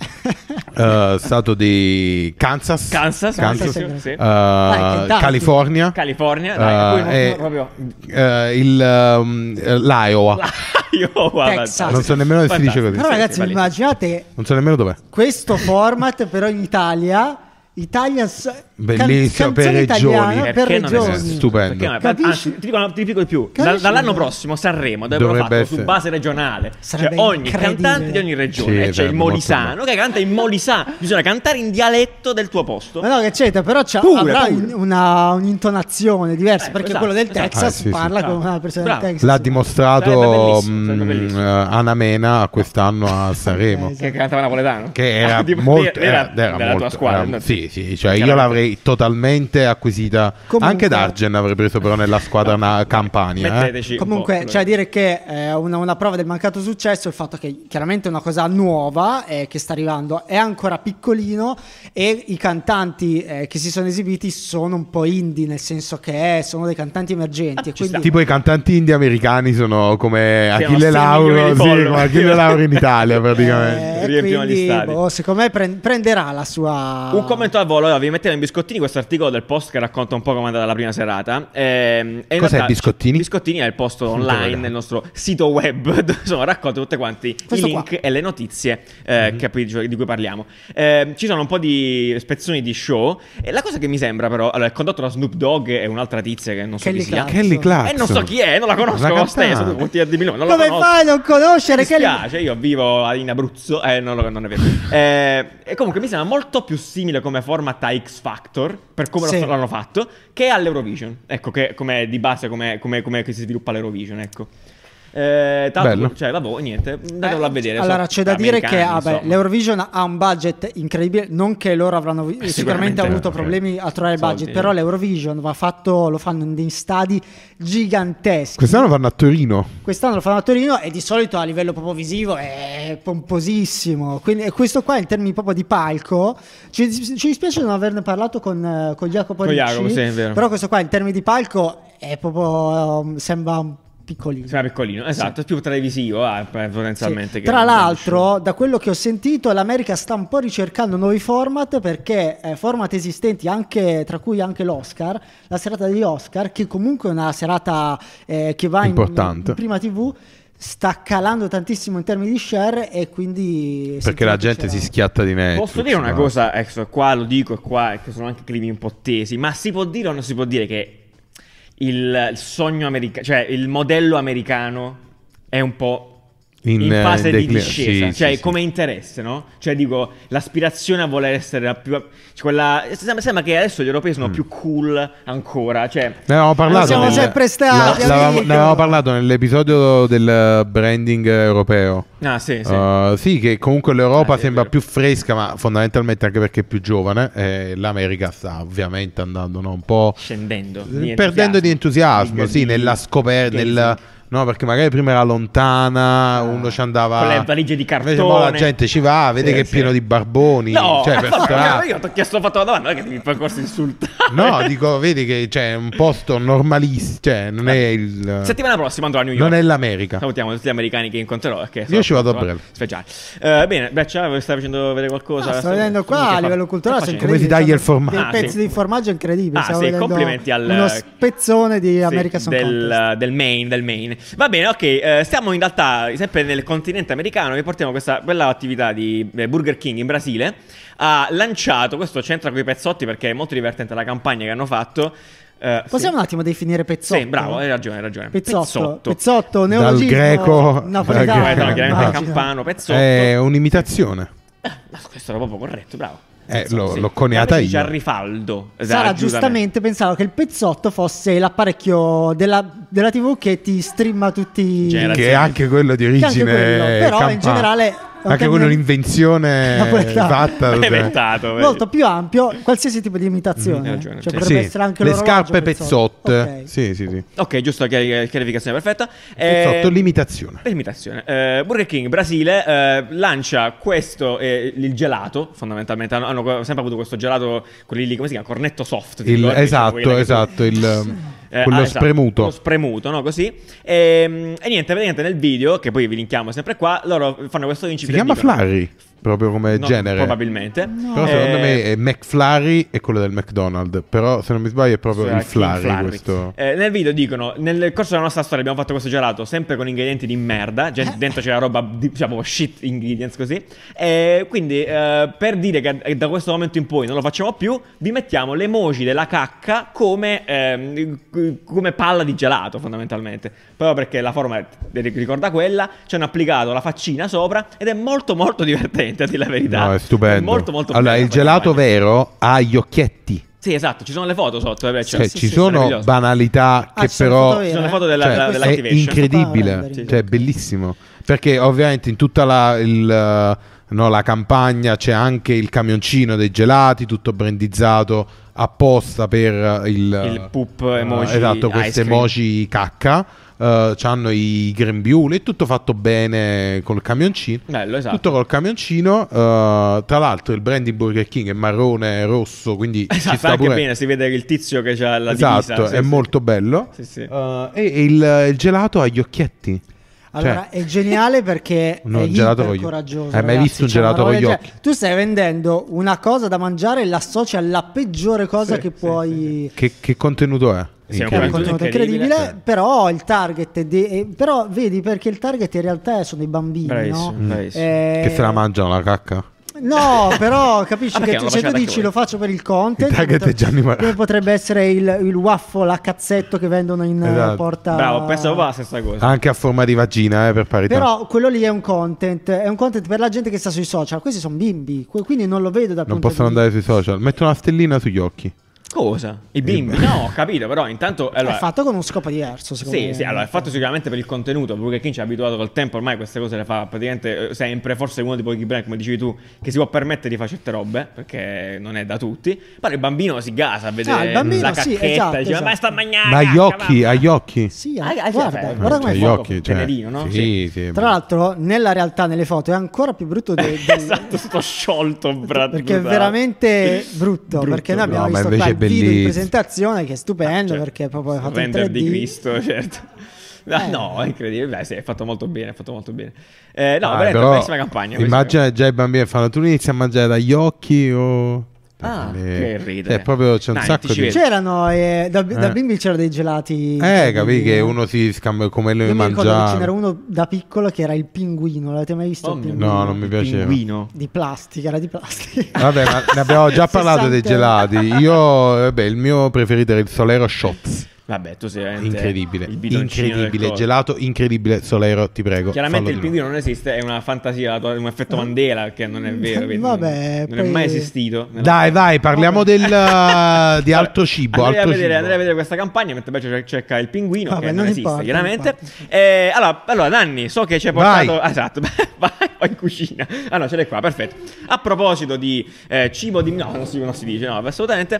Speaker 3: Eh, stato di Kansas,
Speaker 1: Kansas,
Speaker 4: Kansas,
Speaker 1: sì,
Speaker 4: sì.
Speaker 1: sì.
Speaker 3: Eh,
Speaker 4: Dai, Kentucky.
Speaker 3: California,
Speaker 1: California, dai,
Speaker 3: eh,
Speaker 1: a cui non- proprio...
Speaker 3: eh, il, ehm, eh, l'Iowa.
Speaker 1: Iowa,
Speaker 4: Texas.
Speaker 1: fantastico.
Speaker 4: Non
Speaker 3: so nemmeno se si dice così.
Speaker 4: Però
Speaker 1: Sì,
Speaker 4: ragazzi,
Speaker 1: sì,
Speaker 4: vi
Speaker 1: vale.
Speaker 4: immaginate
Speaker 3: Non so nemmeno dov'è.
Speaker 4: questo format però in Italia... Italia
Speaker 3: Bellissimo, per regioni.
Speaker 4: per
Speaker 1: Perché non
Speaker 4: regioni.
Speaker 1: esiste?
Speaker 3: Stupendo.
Speaker 1: Ah, Perché non è-
Speaker 4: Capisci?
Speaker 1: anzi, ti dico, ti dico di più. Da-
Speaker 4: Capisci?
Speaker 1: dall'anno prossimo Sanremo dovrebbero
Speaker 3: Dovrebbe
Speaker 1: farlo
Speaker 3: essere.
Speaker 1: su base regionale.
Speaker 4: Sarebbe
Speaker 1: cioè ogni
Speaker 4: incredibile.
Speaker 1: cantante di ogni
Speaker 3: Sì,
Speaker 1: regione. C'è
Speaker 3: sarebbe
Speaker 1: il
Speaker 3: molto
Speaker 1: Molisano che canta in Molisano. Bisogna cantare in dialetto del tuo posto.
Speaker 4: Ma no, che c'entra, però c'ha,
Speaker 1: Pure,
Speaker 4: avrà
Speaker 1: pure.
Speaker 4: un- una- un'intonazione diversa,
Speaker 1: Eh,
Speaker 4: perché
Speaker 1: esatto,
Speaker 4: quello del
Speaker 1: esatto.
Speaker 4: Texas
Speaker 3: Ah, sì, sì.
Speaker 4: parla
Speaker 1: Bravo.
Speaker 4: con una persona
Speaker 1: Bravo.
Speaker 4: del Texas.
Speaker 3: L'ha
Speaker 1: Sarebbe
Speaker 3: dimostrato
Speaker 1: bellissimo, sarebbe
Speaker 3: mh,
Speaker 1: bellissimo.
Speaker 3: eh, Anna Mena quest'anno a Sanremo.
Speaker 4: Eh, sì.
Speaker 1: Che cantava napoletano.
Speaker 3: Che era
Speaker 1: Ah, tipo,
Speaker 3: molto
Speaker 1: era- era della
Speaker 3: era
Speaker 1: tua
Speaker 3: molto-
Speaker 1: squadra.
Speaker 3: era-
Speaker 1: no?
Speaker 3: sì, sì, cioè io
Speaker 1: Chiaramente.
Speaker 3: l'avrei totalmente acquisita.
Speaker 4: Comunque-
Speaker 3: Anche Dargen avrei preso però nella squadra na- Campania. eh.
Speaker 1: Metteteci un
Speaker 4: Comunque,
Speaker 1: po'.
Speaker 4: c'è da dire che eh, una, una prova del mancato successo è il fatto che chiaramente è una cosa nuova eh, che sta arrivando, è ancora piccolino e i cantanti eh, che si sono esibiti sono un po' indie, nel senso che sono dei cantanti emergenti.
Speaker 1: Ah,
Speaker 4: e
Speaker 1: ci sta.
Speaker 4: quindi
Speaker 3: Tipo i cantanti indie americani sono come
Speaker 1: Sì, hanno sei milioni
Speaker 3: Achille Lauro,
Speaker 1: di
Speaker 3: sì,
Speaker 1: follower.
Speaker 3: come Achille Lauro in Italia praticamente.
Speaker 4: eh,
Speaker 1: Riempiamo gli
Speaker 4: quindi,
Speaker 1: stadi.
Speaker 4: boh, secondo me pren- prenderà la sua...
Speaker 1: Un commento al volo, allora, vi mettevo in biscottini questo articolo del post che racconta un po' com'è andata la prima serata. Ehm, e in
Speaker 3: Cos'è
Speaker 1: realtà-
Speaker 3: Biscottini?
Speaker 1: Biscottini è il post online
Speaker 3: vero.
Speaker 1: nel nostro sito web dove sono raccolte tutte quanti
Speaker 4: Questo
Speaker 1: i
Speaker 4: qua.
Speaker 1: link e le notizie eh,
Speaker 3: Mhm.
Speaker 1: che- di, cui parliamo. Ehm, ci sono un po' di spezzoni di show e la cosa che mi sembra però, allora, è condotto da Snoop Dogg e un'altra tizia che non so
Speaker 4: Kelly
Speaker 1: chi sia.
Speaker 4: Clark.
Speaker 3: Kelly
Speaker 1: E
Speaker 3: Clarkson.
Speaker 1: Eh, non so chi è, non la conosco
Speaker 3: Una
Speaker 1: lo
Speaker 3: cantante.
Speaker 1: stesso, tu puoi tirare di milioni, non
Speaker 4: Come
Speaker 1: la conosco.
Speaker 4: fai a non conoscere
Speaker 1: Mi
Speaker 4: Kelly-
Speaker 1: spiace, io vivo in Abruzzo, eh, non, lo- non è vero. Eh, e comunque mi sembra molto più simile come format a X Factor, per come lo-
Speaker 4: Sì.
Speaker 1: l'hanno fatto, che all'Eurovision. Ecco, che come di base come, come- come che si sviluppa l'Eurovision, ecco. Eh, tra l'altro,
Speaker 3: Bello.
Speaker 1: cioè, la boh, niente, andatelo a
Speaker 4: Eh,
Speaker 1: vedere.
Speaker 4: Allora,
Speaker 1: so-
Speaker 4: c'è da dire
Speaker 1: americani,
Speaker 4: che ah, beh,
Speaker 1: insomma.
Speaker 4: l'Eurovision ha un budget incredibile. Non che loro avranno vi-
Speaker 1: Sicuramente
Speaker 4: sicuramente
Speaker 1: no,
Speaker 4: avuto
Speaker 1: sì.
Speaker 4: problemi a trovare il
Speaker 1: Soldi,
Speaker 4: budget.
Speaker 1: sì.
Speaker 4: Però l'Eurovision va fatto, lo fanno in dei stadi giganteschi.
Speaker 3: Quest'anno vanno a Torino.
Speaker 4: Quest'anno lo fanno a Torino e di solito a livello proprio visivo è pomposissimo. Quindi e questo qua in termini proprio di palco, ci, ci dispiace non averne parlato con, eh, con Jacopo
Speaker 1: Con
Speaker 4: Ricci,
Speaker 1: Jacopo, sì, è vero.
Speaker 4: però questo qua in termini di palco è proprio ehm, sembra un piccolino.
Speaker 1: Sembra piccolino, esatto, è più televisivo, ah, potenzialmente.
Speaker 4: Sì.
Speaker 1: che
Speaker 4: Tra
Speaker 1: un
Speaker 4: l'altro, da quello che ho sentito, l'America sta un po' ricercando nuovi format perché eh, format esistenti, anche, tra cui anche l'Oscar, la serata degli Oscar, che comunque è una serata eh, che va in,
Speaker 3: Importante.
Speaker 4: in prima TV, sta calando tantissimo in termini di share e quindi...
Speaker 3: Perché la gente si
Speaker 4: schiaccia
Speaker 3: schiatta di me.
Speaker 1: Posso dire una cosa, ecco, qua lo dico e qua che sono anche climi un po' tesi, ma si può dire o non si può dire che il, il sogno americano, cioè il modello americano è un po'... In,
Speaker 3: In, eh,
Speaker 1: fase di
Speaker 3: declin-
Speaker 1: discesa,
Speaker 3: sì,
Speaker 1: cioè
Speaker 3: sì, sì.
Speaker 1: come interesse, no? Cioè dico l'aspirazione a voler essere la più. cioè, quella- sembra, sembra che adesso gli europei
Speaker 3: Mm.
Speaker 1: sono più cool ancora. Cioè,
Speaker 3: Ne avevamo parlato.
Speaker 4: siamo
Speaker 3: nel-
Speaker 4: sempre stati,
Speaker 3: la- l'avevamo-
Speaker 4: amico.
Speaker 3: ne avevamo parlato nell'episodio del branding europeo.
Speaker 1: ah, sì, sì.
Speaker 3: Uh, sì, che comunque
Speaker 1: Ah,
Speaker 3: l'Europa
Speaker 1: sì, è
Speaker 3: sembra
Speaker 1: vero.
Speaker 3: più fresca, ma fondamentalmente anche perché è più giovane. e l'America sta ovviamente andando no, un po'
Speaker 1: scendendo.
Speaker 3: perdendo di entusiasmo, sì,
Speaker 1: di-
Speaker 3: nella scoperta.
Speaker 1: di-
Speaker 3: nel- No, perché magari prima era lontana, uno ci andava
Speaker 1: con le valigie di
Speaker 3: Invece
Speaker 1: cartone.
Speaker 3: mo la gente ci va, vede
Speaker 1: Sì,
Speaker 3: che è
Speaker 1: sì.
Speaker 3: pieno di barboni.
Speaker 1: No,
Speaker 3: cioè, per
Speaker 1: vabbè,
Speaker 3: strada.
Speaker 1: io ti ho chiesto ho fatto la domanda, non è che mi fai corso insultare.
Speaker 3: No, dico, vedi che c'è un posto normalissimo, cioè non è il...
Speaker 1: Settimana prossima andrò a New York.
Speaker 3: Non è l'America.
Speaker 1: Salutiamo tutti gli americani che incontrerò. eh, Che
Speaker 3: Io ci vado a
Speaker 1: breve
Speaker 3: breve.
Speaker 1: Speciale. Eh, bene, Breccia, stai facendo vedere qualcosa?
Speaker 4: Ah, sto vedendo qua a livello culturale sono
Speaker 3: Come si
Speaker 4: incredibili,
Speaker 3: taglia il
Speaker 4: sono
Speaker 3: formaggio?
Speaker 4: dei
Speaker 1: Ah,
Speaker 4: pezzi
Speaker 1: sì.
Speaker 4: di formaggio incredibili
Speaker 1: Ah,
Speaker 4: stiamo
Speaker 1: sì,
Speaker 4: vedendo
Speaker 1: complimenti al eh,
Speaker 4: uno spezzone di America Song Contest.
Speaker 1: del, del Maine, del Maine. Va bene, ok. eh, stiamo in realtà sempre nel continente americano. Vi portiamo questa bella attività di eh, Burger King in Brasile. Ha lanciato questo c'entra con i pezzotti perché è molto divertente la campagna che hanno fatto. eh, sì.
Speaker 4: Possiamo un attimo definire pezzotto?
Speaker 1: Sì, bravo, hai ragione, hai ragione.
Speaker 4: Pezzotto, pezzotto,
Speaker 1: Pezzotto.
Speaker 4: neologismo
Speaker 3: greco-
Speaker 4: napoletano,
Speaker 3: dal greco,
Speaker 1: no, chiaramente
Speaker 4: immagino.
Speaker 1: campano, pezzotto.
Speaker 3: È un'imitazione.
Speaker 1: Ma questo era proprio corretto, bravo.
Speaker 3: Eh,
Speaker 1: Pezzotto,
Speaker 3: lo- l'ho coniata
Speaker 1: Ma invece
Speaker 3: io.
Speaker 1: Dice Rifaldo. Esatto,
Speaker 4: Sara giustamente pensava che il pezzotto fosse l'apparecchio della, della TV che ti streama tutti
Speaker 1: Genera- Grazie.
Speaker 3: Che è anche quello di
Speaker 4: anche
Speaker 3: origine...
Speaker 4: quello, però in
Speaker 3: campana.
Speaker 4: generale è un
Speaker 3: Anche
Speaker 4: termine-
Speaker 3: quello è un'invenzione
Speaker 4: Napoletano.
Speaker 3: fatta... cioè,
Speaker 1: È inventato. vedi.
Speaker 4: molto più ampio, qualsiasi tipo di imitazione.
Speaker 1: Mm, hai ragione,
Speaker 4: cioè,
Speaker 1: sì.
Speaker 4: potrebbe
Speaker 3: Sì,
Speaker 4: essere anche
Speaker 3: le
Speaker 4: l'orologio
Speaker 3: scarpe
Speaker 4: pezzotto.
Speaker 3: pezzotte.
Speaker 4: Ok.
Speaker 3: Sì, sì, sì.
Speaker 1: Ok, giusto, chiar- chiarificazione perfetta. Eh,
Speaker 3: Pezzotto, l'imitazione.
Speaker 1: Limitazione. Eh, Burger King Brasile eh, lancia questo, eh, il gelato, fondamentalmente. Hanno, hanno sempre avuto questo gelato, quelli lì, come si chiama? Cornetto soft. ti
Speaker 3: Il-
Speaker 1: ricordi? Cioè,
Speaker 3: esatto,
Speaker 1: quella che-
Speaker 3: esatto, il,
Speaker 1: Eh,
Speaker 3: quello
Speaker 1: ah, esatto,
Speaker 3: spremuto.
Speaker 1: quello spremuto, no? Così. Ehm, E, niente, praticamente nel video, che poi vi linkiamo sempre qua, loro fanno questo
Speaker 3: Si
Speaker 1: incipit. e
Speaker 3: chiama
Speaker 1: dicono-
Speaker 3: Flurry, proprio come
Speaker 1: No,
Speaker 3: Eh, genere.
Speaker 1: Probabilmente.
Speaker 4: No.
Speaker 3: Però secondo
Speaker 1: Eh,
Speaker 3: me è McFlurry è quello del McDonald's, però se non mi sbaglio è proprio
Speaker 1: Sarà
Speaker 3: il Flurry
Speaker 1: King Flurry.
Speaker 3: questo.
Speaker 1: Eh, nel video dicono: Nel corso della nostra storia abbiamo fatto questo gelato sempre con ingredienti di merda. gen- dentro c'era roba, di- diciamo, shit ingredients così. Eh, quindi, eh, per dire che eh, da questo momento in poi non lo facciamo più, vi mettiamo le emoji della cacca come, ehm, come palla di gelato, fondamentalmente. Proprio perché la forma è- ricorda quella. Ci hanno applicato la faccina sopra ed è molto, molto divertente, a dire la verità.
Speaker 3: No, è stupendo.
Speaker 1: molto, molto
Speaker 3: allora,
Speaker 1: bella
Speaker 3: il
Speaker 1: quella
Speaker 3: gelato
Speaker 1: campagna.
Speaker 3: vero ha gli occhietti.
Speaker 1: Sì, esatto, ci sono le foto sotto. eh, beh,
Speaker 3: Cioè,
Speaker 1: sì,
Speaker 3: ci
Speaker 1: sì,
Speaker 3: sono
Speaker 1: meraviglioso.
Speaker 3: banalità
Speaker 4: Ah,
Speaker 3: che
Speaker 4: ci sono
Speaker 3: però
Speaker 4: foto vere? Ah,
Speaker 1: Ci sono le foto della-
Speaker 3: cioè,
Speaker 1: della-
Speaker 3: è
Speaker 1: dell'activation.
Speaker 3: incredibile,
Speaker 4: Sì,
Speaker 1: sì.
Speaker 3: cioè è bellissimo. Perché ovviamente in tutta la, il, no, la campagna, c'è anche il camioncino dei gelati, tutto brandizzato apposta per eh, il,
Speaker 1: Il poop emoji
Speaker 3: eh, esatto,
Speaker 1: ice
Speaker 3: queste
Speaker 1: cream.
Speaker 3: emoji cacca. eh, c'hanno i grembiuli, è tutto fatto bene col camioncino.
Speaker 1: Bello, esatto.
Speaker 3: Tutto col camioncino. eh, tra l'altro, il brand di Burger King è marrone e rosso, quindi ci
Speaker 1: Esatto,
Speaker 3: sta
Speaker 1: anche
Speaker 3: pure.
Speaker 1: bene, si vede il tizio che ha la divisa.
Speaker 3: esatto,
Speaker 1: sì,
Speaker 3: è
Speaker 1: sì.
Speaker 3: molto bello.
Speaker 1: Sì, sì.
Speaker 3: Eh, e e il, il gelato ha gli occhietti.
Speaker 4: Allora,
Speaker 3: Cioè-
Speaker 4: è geniale perché
Speaker 3: No,
Speaker 4: è
Speaker 3: il gelato
Speaker 4: iper
Speaker 3: con gli- Eh,
Speaker 4: coraggioso.
Speaker 3: Hai mai
Speaker 4: ragazzi,
Speaker 3: visto un
Speaker 4: cioè,
Speaker 3: gelato
Speaker 4: una roba
Speaker 3: con gli
Speaker 4: del
Speaker 3: occhi?
Speaker 4: genere. Tu stai vendendo una cosa da mangiare e l'associ alla peggiore cosa
Speaker 1: Sì,
Speaker 4: che
Speaker 1: sì,
Speaker 4: puoi...
Speaker 3: Che, che contenuto è?
Speaker 1: Sì, è un
Speaker 4: Che è un
Speaker 1: Veramente
Speaker 4: contenuto
Speaker 1: incredibile.
Speaker 4: incredibile, però il target è di- eh, però vedi perché il target in realtà sono i bambini,
Speaker 1: Bravissimo,
Speaker 4: no?
Speaker 1: bravissimo.
Speaker 4: Eh,
Speaker 3: Mm. Che se la mangiano la cacca?
Speaker 1: Esatto.
Speaker 4: No, però capisci
Speaker 1: Ah,
Speaker 4: che
Speaker 1: perché non lo
Speaker 4: se tu
Speaker 1: facevate
Speaker 4: dici
Speaker 1: voi?
Speaker 4: lo faccio per il content,
Speaker 3: Il target
Speaker 4: come
Speaker 3: è Gianni Morandi.
Speaker 4: come potrebbe essere il, il waffle a cazzetto che vendono in eh,
Speaker 3: Esatto.
Speaker 4: porta.
Speaker 1: Bravo, pensavo la stessa cosa.
Speaker 3: Anche a forma di vagina, eh, per parità.
Speaker 4: Però quello lì è un content, è un content per la gente che sta sui social. Questi sono bimbi, que- quindi non lo vedo da
Speaker 3: non possono andare sui social. Mettono una stellina sugli occhi.
Speaker 1: Cosa? I bimbi? No, ho capito, però intanto... Allora,
Speaker 4: È fatto con uno scopo diverso, secondo
Speaker 1: Sì,
Speaker 4: me.
Speaker 1: sì, allora è fatto sicuramente per il contenuto, Burger King ci ha abituato col tempo, ormai queste cose le fa praticamente eh, sempre, forse è uno dei pochi brand, come dicevi tu, che si può permettere di fare certe robe, perché non è da tutti, però il bambino si gasa a vedere
Speaker 4: Ah, il bambino,
Speaker 1: la
Speaker 4: sì,
Speaker 1: cacchetta,
Speaker 4: esatto,
Speaker 1: dice
Speaker 4: esatto.
Speaker 1: ma sta a mangiare,
Speaker 3: Ma agli
Speaker 1: Ah, cacca,
Speaker 3: occhi,
Speaker 1: mamma".
Speaker 3: agli occhi.
Speaker 4: Sì, eh,
Speaker 1: Ah, ah, sì,
Speaker 4: guarda,
Speaker 1: vabbè,
Speaker 4: guarda
Speaker 1: cioè,
Speaker 4: come
Speaker 3: agli
Speaker 4: fa.
Speaker 1: fuoco,
Speaker 3: occhi,
Speaker 1: un
Speaker 3: cioè,
Speaker 1: tenerino, no?
Speaker 3: Sì, sì.
Speaker 4: Tra l'altro, nella realtà, nelle foto è ancora più brutto de- del-
Speaker 1: esatto, sto sciolto, brutto.
Speaker 4: perché è veramente brutto,
Speaker 1: Brutto.
Speaker 4: perché noi abbiamo
Speaker 3: No, ma
Speaker 4: visto qua
Speaker 3: invece
Speaker 4: il
Speaker 3: è
Speaker 4: video di
Speaker 3: bellissimo.
Speaker 4: presentazione che è stupendo
Speaker 1: Cioè,
Speaker 4: perché è proprio è fatto in
Speaker 1: render
Speaker 4: 3D.
Speaker 1: di Cristo, certo. No,
Speaker 4: Eh.
Speaker 1: no, è incredibile. Beh, sì, è fatto molto bene, è fatto molto bene. Eh, no,
Speaker 3: Ah,
Speaker 1: veramente
Speaker 3: però
Speaker 1: pessima campagna. pessima
Speaker 3: Immagina già i bambini che fanno tu inizi a mangiare dagli occhi o...
Speaker 1: Ah,
Speaker 3: Eh,
Speaker 1: che ridere.
Speaker 3: cioè, proprio c'è un
Speaker 1: Dai,
Speaker 3: sacco
Speaker 1: ti ci
Speaker 3: di...
Speaker 1: vedo.
Speaker 4: C'erano eh, da, da
Speaker 3: Eh.
Speaker 4: bimbi c'erano dei gelati.
Speaker 3: Eh, capì
Speaker 4: incredibili,
Speaker 3: che
Speaker 4: no?
Speaker 3: uno si scambia come
Speaker 4: Io
Speaker 3: lui
Speaker 4: mi ricordo che ce
Speaker 3: mangia.
Speaker 4: n'era uno da piccolo che era il pinguino. L'avete mai visto?
Speaker 1: Oh
Speaker 4: il
Speaker 1: mio
Speaker 4: pinguino?
Speaker 1: Dio,
Speaker 3: No, non mi
Speaker 1: il
Speaker 3: piaceva.
Speaker 1: Pinguino.
Speaker 4: Di plastica, era di plastica.
Speaker 3: Vabbè, ma ne abbiamo già parlato dei
Speaker 4: 60.
Speaker 3: gelati. Io, vabbè, il mio preferito era il Solero Shots.
Speaker 1: Vabbè, tu sei veramente
Speaker 3: Incredibile,
Speaker 1: eh, il bidoncino del
Speaker 3: incredibile,
Speaker 1: coso.
Speaker 3: gelato incredibile, Solero, ti prego.
Speaker 1: Chiaramente
Speaker 3: fallo
Speaker 1: il
Speaker 3: di nuovo.
Speaker 1: pinguino non esiste, è una fantasia, la tua- un effetto Mandela che non è vero, vedi,
Speaker 4: Eh. Vabbè,
Speaker 1: non
Speaker 4: poi-
Speaker 1: è mai esistito. nella-
Speaker 3: Dai, vai, parliamo del, uh, di
Speaker 1: Vabbè,
Speaker 3: altro cibo.
Speaker 1: Andrei,
Speaker 3: altro
Speaker 1: a vedere,
Speaker 3: cibo.
Speaker 1: andrei a vedere questa campagna mentre invece cer- cerca il pinguino
Speaker 4: Vabbè,
Speaker 1: che non,
Speaker 4: non
Speaker 1: esiste,
Speaker 4: importa,
Speaker 1: chiaramente.
Speaker 4: non
Speaker 1: Eh, allora, allora, Nanni, so che ci hai
Speaker 3: Vai.
Speaker 1: portato. ah, esatto, vai, vai in cucina. Ah, no, ce l'hai qua, perfetto. A proposito di eh, cibo di. No, non si, non si dice, no, assolutamente.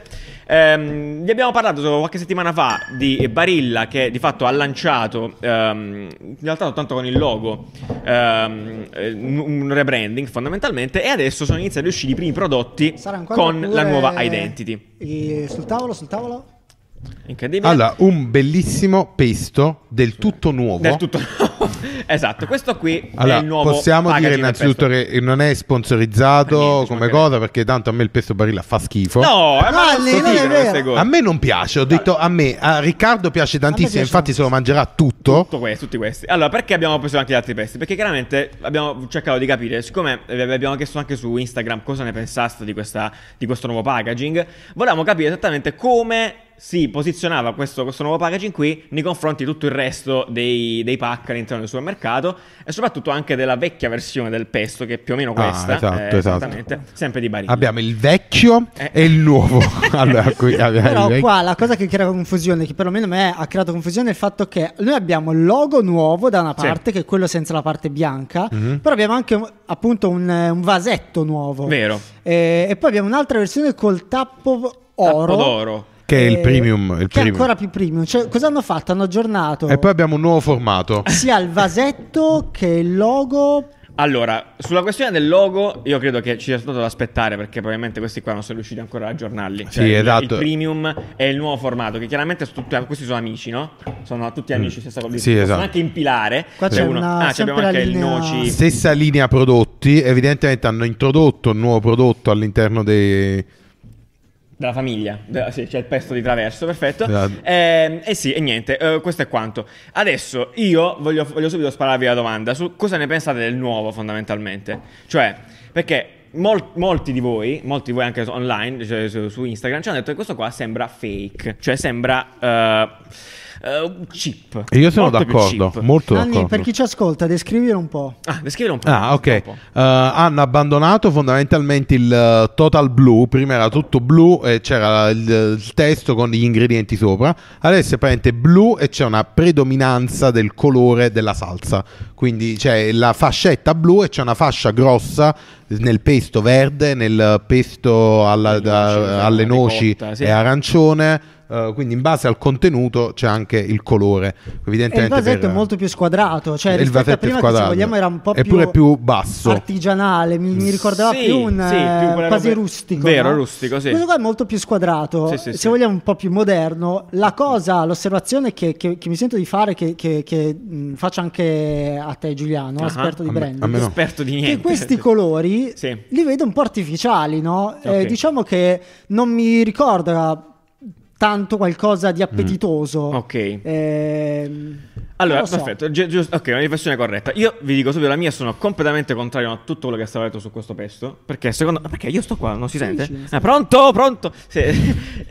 Speaker 1: Ehm, vi abbiamo parlato solo qualche settimana fa di Barilla che di fatto ha lanciato, ehm, in realtà soltanto con il logo, ehm, eh, un un rebranding fondamentalmente. E adesso sono iniziati a uscire i primi prodotti
Speaker 4: Sara, ancora
Speaker 1: con la
Speaker 4: pure-
Speaker 1: nuova identity.
Speaker 4: Eh, sul tavolo, sul tavolo.
Speaker 1: Incredibile.
Speaker 3: Allora, un bellissimo pesto del tutto nuovo.
Speaker 1: Del tutto no. esatto, questo qui è
Speaker 3: Allora,
Speaker 1: il nuovo
Speaker 3: possiamo dire
Speaker 1: packaging del
Speaker 3: innanzitutto
Speaker 1: pesto.
Speaker 3: che non è
Speaker 1: Ah,
Speaker 3: sponsorizzato
Speaker 1: niente, ci
Speaker 3: come
Speaker 1: mancherebbe.
Speaker 3: cosa perché tanto a me il pesto barilla fa schifo.
Speaker 1: No, eh, ma
Speaker 4: No,
Speaker 1: non
Speaker 4: lì
Speaker 1: si
Speaker 4: non è
Speaker 1: dicono
Speaker 4: vero.
Speaker 1: queste cose.
Speaker 3: A me non piace, ho detto a me, a Riccardo piace tantissimo,
Speaker 4: piace
Speaker 3: infatti se lo mangerà tutto.
Speaker 1: Tutto questo, tutti questi. Allora, perché abbiamo preso anche gli altri pesti? Perché chiaramente abbiamo cercato di capire, siccome vi abbiamo chiesto anche su Instagram cosa ne pensaste di, questa- di questo nuovo packaging, volevamo capire esattamente come si posizionava questo, questo nuovo packaging qui nei confronti di tutto il resto dei, dei pack all'interno del supermercato e soprattutto anche della vecchia versione del pesto, che è più o meno
Speaker 3: Ah,
Speaker 1: questa,
Speaker 3: esatto,
Speaker 1: eh,
Speaker 3: esatto.
Speaker 1: esattamente, sempre di Barilla.
Speaker 3: Abbiamo il vecchio
Speaker 1: Eh.
Speaker 3: e il nuovo. allora, qui abbiamo il
Speaker 4: Però
Speaker 3: vecchio.
Speaker 4: qua la cosa che crea confusione, che perlomeno a me ha creato confusione, è il fatto che noi abbiamo il logo nuovo da una
Speaker 1: Sì.
Speaker 4: parte, che è quello senza la parte bianca,
Speaker 3: Mhm.
Speaker 4: però abbiamo anche appunto un, un vasetto nuovo.
Speaker 1: Vero.
Speaker 4: Eh, e poi abbiamo un'altra versione col tappo oro.
Speaker 1: Tappo d'oro.
Speaker 3: Che è il
Speaker 4: eh,
Speaker 3: premium. il
Speaker 4: che
Speaker 3: premium.
Speaker 4: è ancora più premium. Cioè, cosa hanno fatto? Hanno aggiornato
Speaker 3: E poi abbiamo un nuovo formato.
Speaker 4: sia il vasetto che il logo.
Speaker 1: Allora, sulla questione del logo, io credo che ci sia stato da aspettare perché probabilmente questi qua non sono riusciti ancora a aggiornarli.
Speaker 3: Sì,
Speaker 1: Cioè, il-
Speaker 3: esatto.
Speaker 1: Il premium è il nuovo formato, che chiaramente sono tutti, questi sono amici, no? Sono tutti amici, stessa cosa.
Speaker 3: Sì,
Speaker 1: si possono
Speaker 3: esatto.
Speaker 1: anche impilare.
Speaker 4: Qua c'è una-
Speaker 1: ah,
Speaker 4: sempre
Speaker 1: abbiamo anche
Speaker 4: la linea-
Speaker 1: il noci.
Speaker 3: Stessa linea prodotti, evidentemente hanno introdotto un nuovo prodotto all'interno dei...
Speaker 1: Della famiglia, De- sì, c'è il pesto di traverso, perfetto.
Speaker 3: Esatto.
Speaker 1: Ehm, E sì, e niente, eh, questo è quanto. Adesso io voglio, voglio subito spararvi la domanda su cosa ne pensate del nuovo, fondamentalmente. Cioè, perché mol- molti di voi, molti di voi anche su- online, cioè su, su Instagram, ci hanno detto che questo qua sembra fake, cioè sembra. eh, eh, cheap.
Speaker 3: E io sono
Speaker 1: Molto più
Speaker 3: d'accordo,
Speaker 1: cheap.
Speaker 3: molto
Speaker 4: Anni,
Speaker 3: d'accordo.
Speaker 4: per chi ci ascolta, descrivilo un po'.
Speaker 1: Ah, descrivilo un po'.
Speaker 3: Ah, ok.
Speaker 1: un po'.
Speaker 3: Eh, hanno abbandonato fondamentalmente il eh, total blu. Prima era tutto blu e c'era il, il testo con gli ingredienti sopra. Adesso è praticamente blu e c'è una predominanza del colore della salsa. Quindi c'è la fascetta blu e c'è una fascia grossa nel pesto verde, nel pesto alla-
Speaker 1: Alle
Speaker 3: da-
Speaker 1: noci, alla
Speaker 3: alle noci
Speaker 1: ricotta, sì.
Speaker 3: e arancione. Eh, quindi in base al contenuto c'è anche il colore.
Speaker 4: E il
Speaker 3: Evidentemente
Speaker 4: vasetto
Speaker 3: per-
Speaker 4: è molto più squadrato, cioè
Speaker 3: il
Speaker 4: rispetto a
Speaker 3: vasetto è
Speaker 4: prima che se
Speaker 3: squadrato.
Speaker 4: vogliamo era un po' più,
Speaker 3: Eppure più basso.
Speaker 4: artigianale, mi, mi ricordava
Speaker 1: Sì,
Speaker 4: più un
Speaker 1: sì,
Speaker 4: eh,
Speaker 1: più quelle
Speaker 4: quasi
Speaker 1: robe-
Speaker 4: rustico.
Speaker 1: vero,
Speaker 4: no?
Speaker 1: rustico, sì.
Speaker 4: Questo qua è molto più squadrato,
Speaker 1: Sì, sì,
Speaker 4: se
Speaker 1: sì.
Speaker 4: vogliamo un po' più moderno. La cosa, l'osservazione che, che- che mi sento di fare, che, che- che, mh, faccio anche a te Giuliano,
Speaker 1: Ah,
Speaker 4: esperto di
Speaker 3: a me-
Speaker 4: branding,
Speaker 3: a me no.
Speaker 1: Esperto di niente.
Speaker 4: che questi colori
Speaker 1: Sì.
Speaker 4: li vedo un po' artificiali, no? Eh,
Speaker 1: Ok.
Speaker 4: diciamo che non mi ricorda tanto qualcosa di appetitoso.
Speaker 1: Mm. Ok.
Speaker 4: Ehm,
Speaker 1: Allora,
Speaker 4: non lo so.
Speaker 1: perfetto, gi- giusto- ok, una riflessione corretta. Io vi dico subito la mia, sono completamente contrario a tutto quello che è stato detto su questo pesto. Perché secondo perché io sto qua, non si sente?
Speaker 4: dici, non si
Speaker 1: Ah, pronto, pronto. Sì.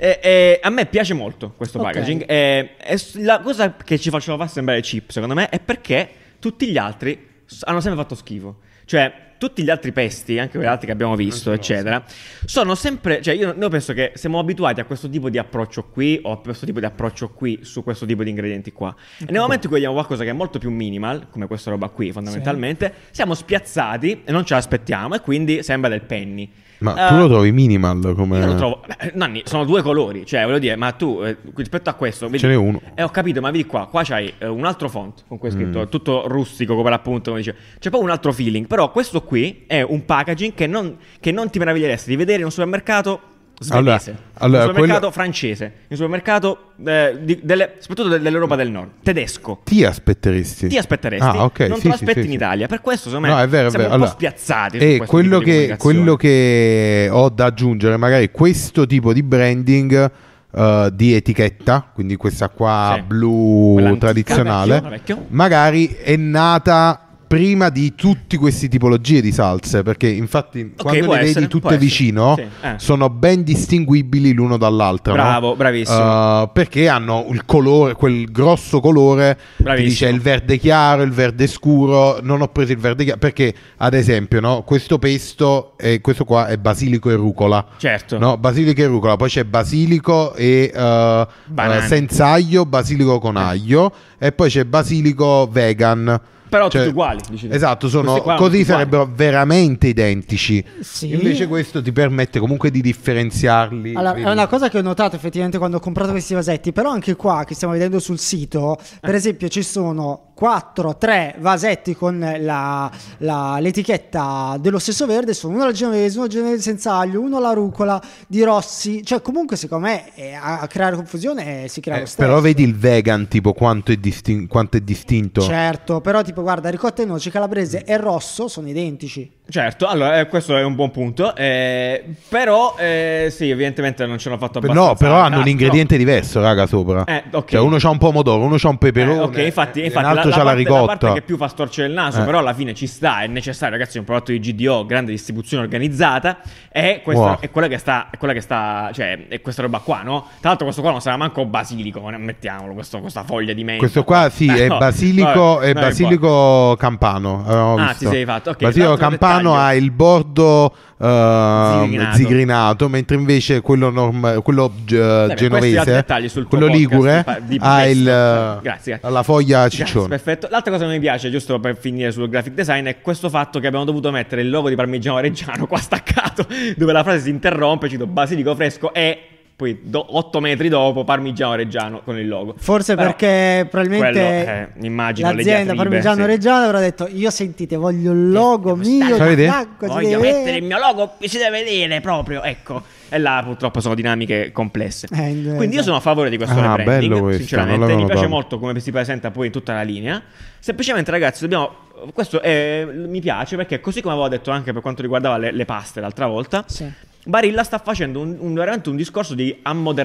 Speaker 1: E- e a me piace molto questo
Speaker 4: Ok.
Speaker 1: packaging. E, e s- la cosa che ci faceva far sembrare cheap, secondo me, è perché tutti gli altri s- hanno sempre fatto schifo. Cioè, tutti gli altri pesti, anche quelli altri che abbiamo visto, eccetera, sono sempre. Cioè, io, noi penso che siamo abituati a questo tipo di approccio qui o a questo tipo di approccio qui su questo tipo di ingredienti qua. E nel momento in cui vogliamo qualcosa che è molto più minimal, come questa roba qui, fondamentalmente, siamo spiazzati e non ce l'aspettiamo, e quindi sembra del penny.
Speaker 3: Ma
Speaker 1: Eh,
Speaker 3: tu lo trovi minimal come...
Speaker 1: Io lo trovo. beh, Nanni, sono due colori, cioè, voglio dire, ma tu eh, rispetto a questo. Vedi,
Speaker 3: Ce n'è uno.
Speaker 1: eh, ho capito, ma vedi qua, qua c'hai eh, un altro font con cui è scritto,
Speaker 3: Mm.
Speaker 1: tutto rustico come l'appunto, come dice. C'è poi un altro feeling, però questo qui è un packaging che non, che non ti meraviglieresti di vedere in un supermercato svedese,
Speaker 3: Allora, allora,
Speaker 1: in un supermercato
Speaker 3: quello-
Speaker 1: francese, in un supermercato eh, di- delle- soprattutto de- dell'Europa del Nord, tedesco.
Speaker 3: Ti aspetteresti.
Speaker 1: Ti aspetteresti,
Speaker 3: Ah, ok,
Speaker 1: non
Speaker 3: sì,
Speaker 1: te lo
Speaker 3: sì,
Speaker 1: aspetti
Speaker 3: sì,
Speaker 1: in
Speaker 3: sì.
Speaker 1: Italia. Per questo, secondo me,
Speaker 3: No, è vero, è
Speaker 1: siamo
Speaker 3: vero.
Speaker 1: un
Speaker 3: Allora,
Speaker 1: po' spiazzati. su
Speaker 3: E
Speaker 1: questo tipo
Speaker 3: quello
Speaker 1: di
Speaker 3: che,
Speaker 1: comunicazione.
Speaker 3: quello che ho da aggiungere, magari questo tipo di branding eh, di etichetta, quindi questa qua
Speaker 1: Sì. Quella
Speaker 3: blu
Speaker 1: antica,
Speaker 3: tradizionale,
Speaker 1: vecchio, vecchio.
Speaker 3: magari è nata prima di tutte queste tipologie di salse, perché infatti quando
Speaker 1: può
Speaker 3: le
Speaker 1: essere,
Speaker 3: vedi
Speaker 1: può
Speaker 3: tutte
Speaker 1: essere.
Speaker 3: vicino
Speaker 1: Sì, eh.
Speaker 3: sono ben distinguibili l'uno dall'altro. no?
Speaker 1: Bravo, bravissimo.
Speaker 3: Eh, perché hanno il colore, quel grosso colore, che
Speaker 1: Bravissimo.
Speaker 3: dice il verde chiaro, il verde scuro, non ho preso il verde chiaro perché ad esempio no, questo pesto, eh, questo qua è basilico e rucola.
Speaker 1: Certo.
Speaker 3: No, basilico e rucola, poi c'è basilico e eh,
Speaker 1: Banane. Eh.
Speaker 3: eh, senza aglio, basilico con aglio e poi c'è basilico vegan. Cioè,
Speaker 1: Però tutti uguali, dici tu.
Speaker 3: Esatto, sono-
Speaker 1: Questi qua sono
Speaker 3: così
Speaker 1: tutti uguali.
Speaker 3: sarebbero veramente identici.
Speaker 4: Sì.
Speaker 3: Invece questo ti permette comunque di differenziarli.
Speaker 4: Allora,
Speaker 3: vedi?
Speaker 4: è una cosa che ho notato effettivamente quando ho comprato questi vasetti, però anche qua che stiamo vedendo sul sito, per
Speaker 1: Eh.
Speaker 4: esempio ci sono 4-3 vasetti con la- la- l'etichetta dello stesso verde, sono uno alla genovese, uno alla genovese senza aglio, uno alla rucola, di rossi, cioè comunque secondo me eh, a, a creare confusione eh, si crea
Speaker 3: Eh,
Speaker 4: lo stesso.
Speaker 3: però vedi il vegan tipo quanto è, distin- quanto è distinto.
Speaker 4: Certo, però tipo guarda, ricotta e noci, calabrese e rosso sono identici.
Speaker 1: Certo, allora eh, questo è un buon punto. eh, però, eh, sì, evidentemente non ce l'ho fatto abbastanza.
Speaker 3: No, però hanno
Speaker 1: Ah,
Speaker 3: un ingrediente diverso, raga, sopra.
Speaker 1: Eh, ok.
Speaker 3: Cioè, uno c'ha un pomodoro, uno c'ha un
Speaker 1: no. Eh,
Speaker 3: peperone.
Speaker 1: ok, infatti,
Speaker 3: eh,
Speaker 1: infatti
Speaker 3: un
Speaker 1: la,
Speaker 3: altro
Speaker 1: la
Speaker 3: c'ha la
Speaker 1: parte, la
Speaker 3: ricotta.
Speaker 1: parte che più fa storcere il naso,
Speaker 3: Eh.
Speaker 1: però alla fine ci sta, è necessario, ragazzi, è un prodotto di GDO, grande distribuzione organizzata, e questa
Speaker 3: Wow.
Speaker 1: è quella che sta, è quella che sta, cioè, è questa roba qua, no? Tra l'altro questo qua non sarà manco basilico, ne- mettiamolo, questo- questa foglia di menta.
Speaker 3: Questo qua sì,
Speaker 1: Eh,
Speaker 3: è
Speaker 1: no,
Speaker 3: basilico,
Speaker 1: vabbè,
Speaker 3: è
Speaker 1: non importa.
Speaker 3: basilico campano. avevamo
Speaker 1: Ah,
Speaker 3: visto.
Speaker 1: ti sei fatto, ok,
Speaker 3: basilico
Speaker 1: l'altro
Speaker 3: campano
Speaker 1: dettaglio.
Speaker 3: ha il bordo ehm,
Speaker 1: Zigrinato.
Speaker 3: zigrinato. mentre invece quello, norm- quello ge-
Speaker 1: Vabbè, questi altri
Speaker 3: genovese,
Speaker 1: dettagli sul tuo
Speaker 3: quello
Speaker 1: podcast
Speaker 3: ligure,
Speaker 1: di pa- di
Speaker 3: ha
Speaker 1: pesto.
Speaker 3: il, eh,
Speaker 1: Grazie.
Speaker 3: la foglia
Speaker 1: Grazie,
Speaker 3: ciccione.
Speaker 1: perfetto. L'altra cosa che mi piace, giusto per finire sul graphic design, è questo fatto che abbiamo dovuto mettere il logo di Parmigiano Reggiano qua staccato, dove la frase si interrompe, cito basilico fresco e poi 8 metri dopo Parmigiano Reggiano con il logo.
Speaker 4: Forse
Speaker 1: Però
Speaker 4: perché probabilmente
Speaker 1: quello, eh, immagino le
Speaker 4: l'azienda
Speaker 1: diatribe,
Speaker 4: Parmigiano
Speaker 1: sì.
Speaker 4: Reggiano avrà detto io sentite voglio il logo
Speaker 1: Devo stare-
Speaker 4: mio,
Speaker 3: Fai vedere?
Speaker 4: d'acqua, si
Speaker 1: Voglio
Speaker 4: deve
Speaker 1: mettere
Speaker 4: vedere.
Speaker 1: il mio logo, mi si deve vedere proprio, ecco. E là purtroppo sono dinamiche complesse.
Speaker 4: Eh, in-
Speaker 1: Quindi io sono a favore di questo
Speaker 3: Ah,
Speaker 1: rebranding,
Speaker 3: bello questo, non
Speaker 1: sinceramente. Mi
Speaker 3: l'avevamo
Speaker 1: piace
Speaker 3: dato.
Speaker 1: molto come si presenta poi in tutta la linea. Semplicemente ragazzi, dobbiamo... Questo è- mi piace perché così come avevo detto anche per quanto riguardava le, le paste l'altra volta,
Speaker 4: Sì.
Speaker 1: Barilla sta facendo un, un- veramente un discorso di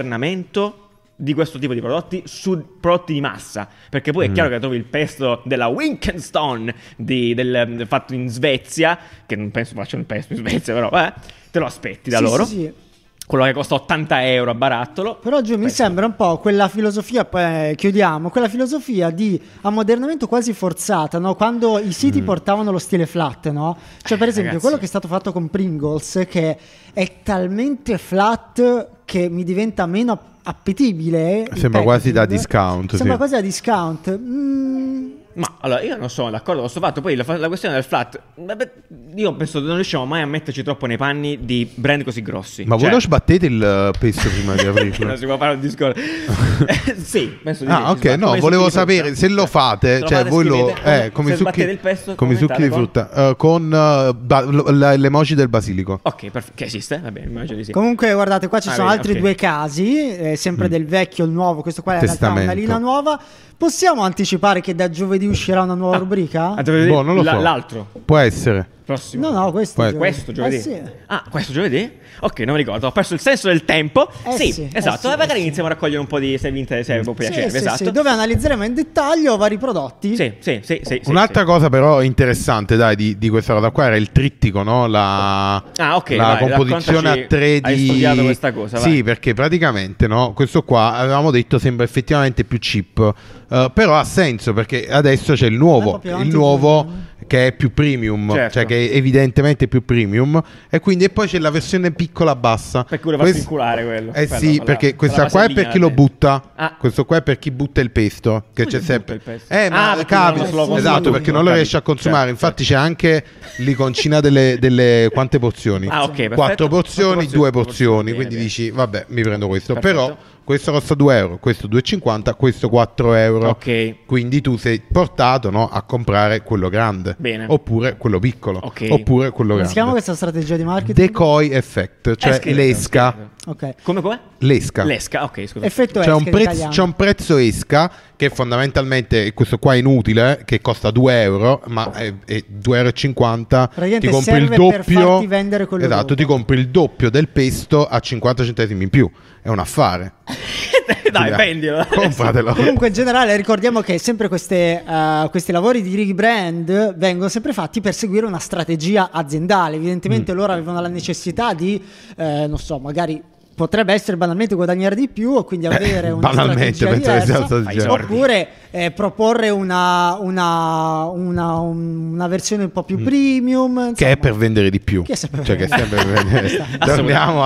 Speaker 1: ammodernamento di questo tipo di prodotti su prodotti di massa. Perché poi
Speaker 4: Mm.
Speaker 1: è chiaro che trovi il pesto della Winkenston di- del, del fatto in Svezia, che non penso facciano il pesto in Svezia, però vabbè, eh, te lo aspetti da
Speaker 4: Sì,
Speaker 1: loro.
Speaker 4: sì, sì.
Speaker 1: quello che costa 80 euro a barattolo.
Speaker 4: Però Giù mi
Speaker 1: Questo.
Speaker 4: sembra un po' quella filosofia, poi eh, chiudiamo, quella filosofia di ammodernamento quasi forzata, no? quando i siti portavano lo stile flat, no? Cioè per
Speaker 1: Eh,
Speaker 4: esempio
Speaker 1: ragazzi.
Speaker 4: quello che è stato fatto con Pringles che è talmente flat che mi diventa meno appetibile. eh, il
Speaker 3: Sembra quasi da
Speaker 4: packaging.
Speaker 3: discount,
Speaker 4: Sembra
Speaker 3: sì.
Speaker 4: quasi da discount. Mm,
Speaker 1: Ma allora io non sono d'accordo con questo fatto. Poi la, fa- la questione del flat, vabbè, io penso che non riusciamo mai a metterci troppo nei panni di brand così grossi.
Speaker 3: Ma
Speaker 1: Cioè-
Speaker 3: voi lo sbattete il eh, pesto prima di
Speaker 1: non
Speaker 3: aprirlo?
Speaker 1: si può fare un discorso. Eh, sì, penso di sì,
Speaker 3: Ah, ok,
Speaker 1: si sbatte
Speaker 3: no,
Speaker 1: come i
Speaker 3: volevo
Speaker 1: succhi di frutta.
Speaker 3: sapere se lo fate,
Speaker 1: Se
Speaker 3: cioè
Speaker 1: fate,
Speaker 3: voi lo
Speaker 1: scrivete,
Speaker 3: eh, come i
Speaker 1: se
Speaker 3: succhi,
Speaker 1: sbattete il pesto,
Speaker 3: come i succhi
Speaker 1: commentate con-
Speaker 3: di frutta, eh, con eh, ba- lo- la- l'emoji del basilico.
Speaker 1: Ok, perfetto. Che esiste? Va bene, immagino di sì.
Speaker 4: Comunque, guardate, qua ci
Speaker 1: Ah,
Speaker 4: sono
Speaker 1: vedi,
Speaker 4: altri
Speaker 1: ok.
Speaker 4: due casi, eh, sempre
Speaker 3: Mm.
Speaker 4: del vecchio, il nuovo. Questo qua è in realtà una
Speaker 3: Testamento.
Speaker 4: linea nuova. Possiamo anticipare che da giovedì uscirà una nuova rubrica?
Speaker 1: Ah, dovevo dire
Speaker 3: Boh, non lo
Speaker 1: la-
Speaker 3: so.
Speaker 1: L'altro,
Speaker 3: Può essere.
Speaker 1: prossimo.
Speaker 4: No, no, questo
Speaker 3: Poi-
Speaker 4: è
Speaker 1: Questo giovedì?
Speaker 4: Eh sì.
Speaker 1: Ah, questo giovedì? Ok, non mi ricordo, ho perso il senso del tempo.
Speaker 4: Eh
Speaker 1: sì,
Speaker 4: sì, eh
Speaker 1: esatto.
Speaker 4: sì,
Speaker 1: Eh, magari
Speaker 4: eh sì. Mm.
Speaker 1: iniziamo a raccogliere un po' di se vi interessa, se vi può
Speaker 4: Sì,
Speaker 1: piacere.
Speaker 4: sì,
Speaker 1: esatto.
Speaker 4: sì, dove analizzeremo in dettaglio vari prodotti.
Speaker 1: Sì, sì, sì, sì, sì,
Speaker 3: Un'altra
Speaker 1: sì.
Speaker 3: cosa però interessante, dai, di, di questa roba qua era il trittico, no? La,
Speaker 1: Ah, ok,
Speaker 3: la
Speaker 1: vai,
Speaker 3: composizione a
Speaker 1: raccontaci-
Speaker 3: tre di...
Speaker 1: hai studiato questa cosa, vai.
Speaker 3: Sì, perché praticamente, no? Questo qua, avevamo detto, sembra effettivamente più cheap, eh, però ha senso perché adesso c'è il
Speaker 4: Ma
Speaker 3: nuovo,
Speaker 4: proprio
Speaker 3: il
Speaker 4: avanti
Speaker 3: nuovo
Speaker 4: giorno.
Speaker 3: che è più premium,
Speaker 1: Certo.
Speaker 3: cioè che è evidentemente più premium, e quindi e poi c'è la versione piccola bassa.
Speaker 1: Per cui lo fa
Speaker 3: Quest-
Speaker 1: circolare quello.
Speaker 3: Eh
Speaker 1: Quella-
Speaker 3: sì,
Speaker 1: quella-
Speaker 3: perché
Speaker 1: quella
Speaker 3: questa qua è per
Speaker 1: vasellina
Speaker 3: chi lo
Speaker 1: dentro.
Speaker 3: butta,
Speaker 1: Ah.
Speaker 3: questo qua è per chi butta il pesto,
Speaker 1: Come
Speaker 3: che c'è
Speaker 1: butta il
Speaker 3: sempre...
Speaker 1: pesto?
Speaker 3: Eh, ma
Speaker 1: Ah, perché
Speaker 3: capi-
Speaker 4: non lo consuma
Speaker 3: esatto,
Speaker 4: tutto,
Speaker 3: perché non lo
Speaker 1: capi-
Speaker 3: riesce a consumare,
Speaker 1: certo,
Speaker 3: infatti c'è anche l'iconcina delle, delle- quante porzioni?
Speaker 1: Ah, ok, perfetto.
Speaker 3: Quattro
Speaker 1: Quattro
Speaker 3: porzioni,
Speaker 1: porzioni,
Speaker 3: due
Speaker 1: quattro
Speaker 3: porzioni,
Speaker 1: porzioni,
Speaker 3: quindi
Speaker 1: bene,
Speaker 3: dici vabbè mi prendo questo,
Speaker 1: Perfetto.
Speaker 3: però questo costa 2 euro, questo 2,50, questo 4 euro,
Speaker 1: Ok.
Speaker 3: quindi tu sei portato no, a comprare quello grande,
Speaker 1: Bene.
Speaker 3: oppure quello piccolo,
Speaker 1: Ok.
Speaker 3: oppure quello
Speaker 4: Come si chiama
Speaker 3: grande.
Speaker 4: questa strategia di marketing?
Speaker 3: Decoy effect,
Speaker 1: Eh,
Speaker 3: cioè
Speaker 1: scritto,
Speaker 3: l'esca,
Speaker 1: scritto.
Speaker 4: ok.
Speaker 1: Come come?
Speaker 3: l'esca.
Speaker 1: L'esca, ok, scusa.
Speaker 4: Effetto
Speaker 3: C'è
Speaker 4: esca
Speaker 3: un,
Speaker 4: in
Speaker 3: prezzo-
Speaker 4: italiano.
Speaker 3: c'è un prezzo esca che fondamentalmente e questo qua è inutile, che costa 2 euro, ma è, è 2,50 euro.
Speaker 4: Praticamente
Speaker 3: Ti compri il
Speaker 4: serve per
Speaker 3: doppio.
Speaker 4: farti vendere quello
Speaker 3: esatto,
Speaker 4: dopo.
Speaker 3: ti compri il doppio del pesto a 50 centesimi in più. È un affare.
Speaker 1: Eh, Dai,
Speaker 3: Quindi, eh,
Speaker 1: prendilo.
Speaker 3: Compratelo.
Speaker 4: Comunque, in generale, ricordiamo che sempre queste, eh, questi lavori di rebrand vengono sempre fatti per seguire una strategia aziendale.
Speaker 3: Mm.
Speaker 4: Evidentemente loro avevano la necessità di, eh, non so, magari. Potrebbe essere banalmente guadagnare di più e quindi avere una
Speaker 3: Eh, banalmente,
Speaker 4: strategia
Speaker 3: penso che sia
Speaker 4: diversa,
Speaker 3: la strategia.
Speaker 4: oppure eh, proporre una, una- una- una versione un po' più premium.
Speaker 3: Mm. Che
Speaker 4: insomma.
Speaker 3: è per vendere di più.
Speaker 4: Che è sempre per
Speaker 3: cioè, che è
Speaker 4: vendere.
Speaker 3: sempre per vendere. Torniamo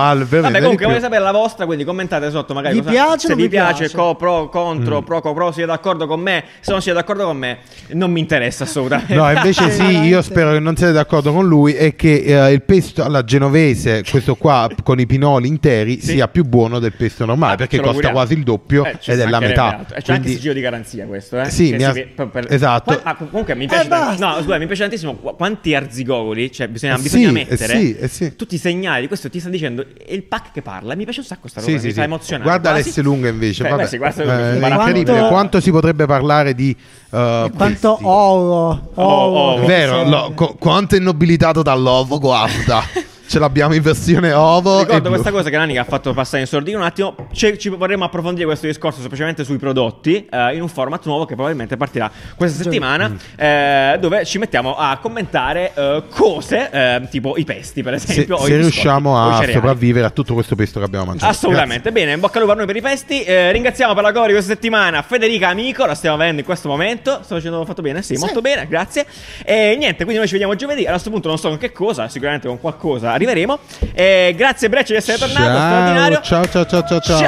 Speaker 1: Assolutamente.
Speaker 3: al per
Speaker 1: Vabbè,
Speaker 3: vendere
Speaker 1: comunque
Speaker 3: di
Speaker 1: voglio
Speaker 3: più.
Speaker 1: sapere la vostra, quindi commentate sotto magari
Speaker 4: Vi
Speaker 1: cosa-
Speaker 4: piace o
Speaker 1: se
Speaker 4: non
Speaker 1: vi
Speaker 4: vi
Speaker 1: piace,
Speaker 4: piace?
Speaker 1: co, pro,
Speaker 3: Mm.
Speaker 1: contro, pro, co, pro, siete d'accordo con me, se non siete d'accordo con me non mi interessa assolutamente.
Speaker 3: No, invece sì, io
Speaker 4: Veramente.
Speaker 3: spero che non siate d'accordo con lui e che eh, il pesto alla genovese, questo qua con i pinoli interi,
Speaker 1: Sì.
Speaker 3: sia più buono del pesto normale,
Speaker 1: Ah,
Speaker 3: perché
Speaker 1: ce lo
Speaker 3: costa
Speaker 1: auguriamo.
Speaker 3: quasi il doppio
Speaker 1: Eh, ci
Speaker 3: ed è la
Speaker 1: mancherebbe
Speaker 3: metà.
Speaker 1: altro. E c'è anche il
Speaker 3: Quindi
Speaker 1: sigillo di garanzia questo, eh?
Speaker 3: Sì,
Speaker 1: Che
Speaker 3: mi
Speaker 1: si
Speaker 3: ha-
Speaker 1: vede- per- per-
Speaker 3: esatto.
Speaker 1: Poi- ma comunque mi piace
Speaker 4: Eh,
Speaker 1: tant-
Speaker 4: basta.
Speaker 1: No, scusa, mi piace tantissimo qu- quanti arzigogoli, cioè bisogna,
Speaker 3: Eh,
Speaker 1: bisogna
Speaker 3: sì, eh,
Speaker 1: mettere
Speaker 3: sì, eh, sì.
Speaker 1: tutti i segnali di questo ti sta dicendo è il pack che parla, mi piace un sacco sta roba,
Speaker 3: Sì,
Speaker 1: mi
Speaker 3: sì,
Speaker 1: sta
Speaker 3: sì.
Speaker 1: emozionando.
Speaker 3: Guarda
Speaker 1: quasi.
Speaker 3: l'S lunga invece,
Speaker 1: Cioè,
Speaker 3: vabbè.
Speaker 1: beh, sì, guarda,
Speaker 3: Eh, è
Speaker 1: imbarazzo.
Speaker 3: incredibile
Speaker 4: Quanto-
Speaker 3: quanto si potrebbe parlare di eh,
Speaker 4: Quanto
Speaker 3: pesti.
Speaker 4: oro, oro
Speaker 1: oro.
Speaker 4: che
Speaker 3: Vero,
Speaker 4: serve.
Speaker 3: lo- co- quanto è nobilitato dall'ovo, guarda. Ce l'abbiamo in versione ovo e
Speaker 1: Ricordo
Speaker 3: blu.
Speaker 1: questa cosa che Nanica ha fatto passare in sordina un attimo. Ci, ci vorremmo approfondire questo discorso semplicemente sui prodotti eh, in un format nuovo che probabilmente partirà questa settimana,
Speaker 3: Mm.
Speaker 1: eh, dove ci mettiamo a commentare eh, cose eh, tipo i pesti, per
Speaker 3: se,
Speaker 1: esempio. o i
Speaker 3: se
Speaker 1: biscotti,
Speaker 3: riusciamo
Speaker 1: o i
Speaker 3: a
Speaker 1: cereali.
Speaker 3: sopravvivere a tutto questo pesto che abbiamo mangiato.
Speaker 1: Assolutamente, bene, in bocca al lupo a noi per i pesti. Eh, ringraziamo per la cover di questa settimana Federica Amico, la stiamo avendo in questo momento. Sto facendo fatto bene, sì,
Speaker 4: Sì.
Speaker 1: molto bene, grazie. E niente, quindi noi ci vediamo giovedì. A questo punto non so con che cosa, sicuramente con qualcosa arriveremo. Eh, grazie Breccia di essere tornato, straordinario.
Speaker 3: Ciao, ciao, ciao, ciao, ciao.
Speaker 1: Ciao.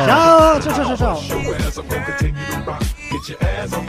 Speaker 4: Oh, Ciao, ciao, ciao, ciao. ciao.
Speaker 2: As I'm gonna continue to rock, get your ass on the